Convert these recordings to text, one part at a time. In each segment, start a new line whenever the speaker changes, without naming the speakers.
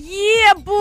Yeah, boy,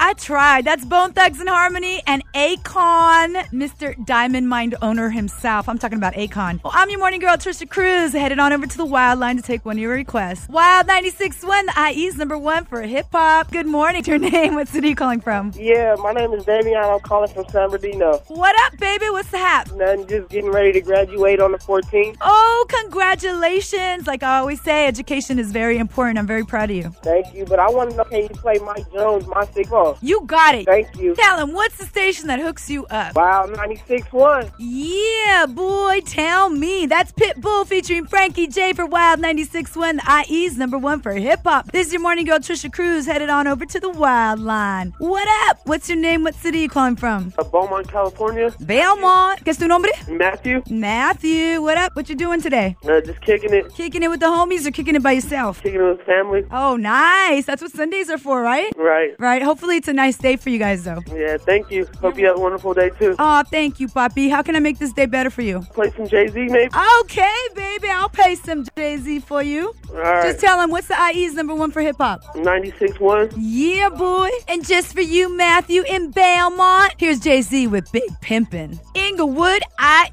I tried. That's Bone Thugs and Harmony and Akon, Mr. Diamond Mind owner himself. I'm talking about Akon. Well, I'm your morning girl, Trisha Cruz, headed on over to the Wild Line to take one of your requests. Wild 96.1, the IE's number one for hip hop. Good morning. What's Your name? What city are you calling from?
Yeah, my name is Damian. I'm calling from San Bernardino.
What up, baby? What's the hap?
Nothing, just getting ready to graduate on the 14th.
Oh, congratulations. Like I always say, education is very important. I'm very proud of you.
Thank you. But I want to know, can you play Mike Jones, my sick off?
You got it.
Thank you.
Tell him what's the station that hooks you up?
Wow, 96.1.
Yeah, boy, tell me. That's Pitbull featuring Frankie J for Wild 96.1, the IE's number one for hip hop. This is your morning girl, Trisha Cruz, headed on over to the Wild Line. What up? What's your name? What city you calling from?
Uh, Beaumont, California.
Belmont. ¿Qué es tu nombre?
Matthew.
Matthew. What up? What you doing today?
Uh, just kicking it.
Kicking it with the homies or kicking it by yourself?
Kicking it with family.
Oh, nice. That's what Sundays are for, right?
Right.
Right. Hopefully, it's a nice day for you guys, though.
Yeah, thank you. Hope you have a wonderful day, too.
Oh, thank you, Poppy. How can I make this day better for you?
Play some Jay-Z, maybe?
Okay, baby, I'll pay some Jay Z for you.
All right.
Just tell him what's the IE's number one for hip hop.
96.1.
Yeah, boy. And just for you, Matthew, in Belmont, here's Jay Z with Big Pimpin'. Inglewood,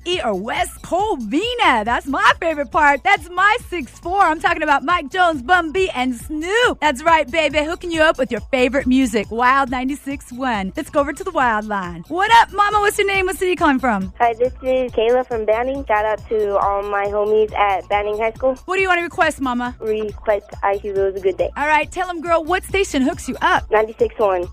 IE, or West Covina. That's my favorite part. That's my 6'4. I'm talking about Mike Jones, Bum B, and Snoop. That's right, baby. Hooking you up with your favorite music, Wild 96.1. Let's go over to the Wild Line. What up, Mama? What's your name? What city you calling from?
Hi, this is Kayla from Banning. Shout out to all my homies at Banning High School.
What do you want to request, Mama?
Request IQ was a good day.
All right, tell him, girl, what station hooks you up?
96 1.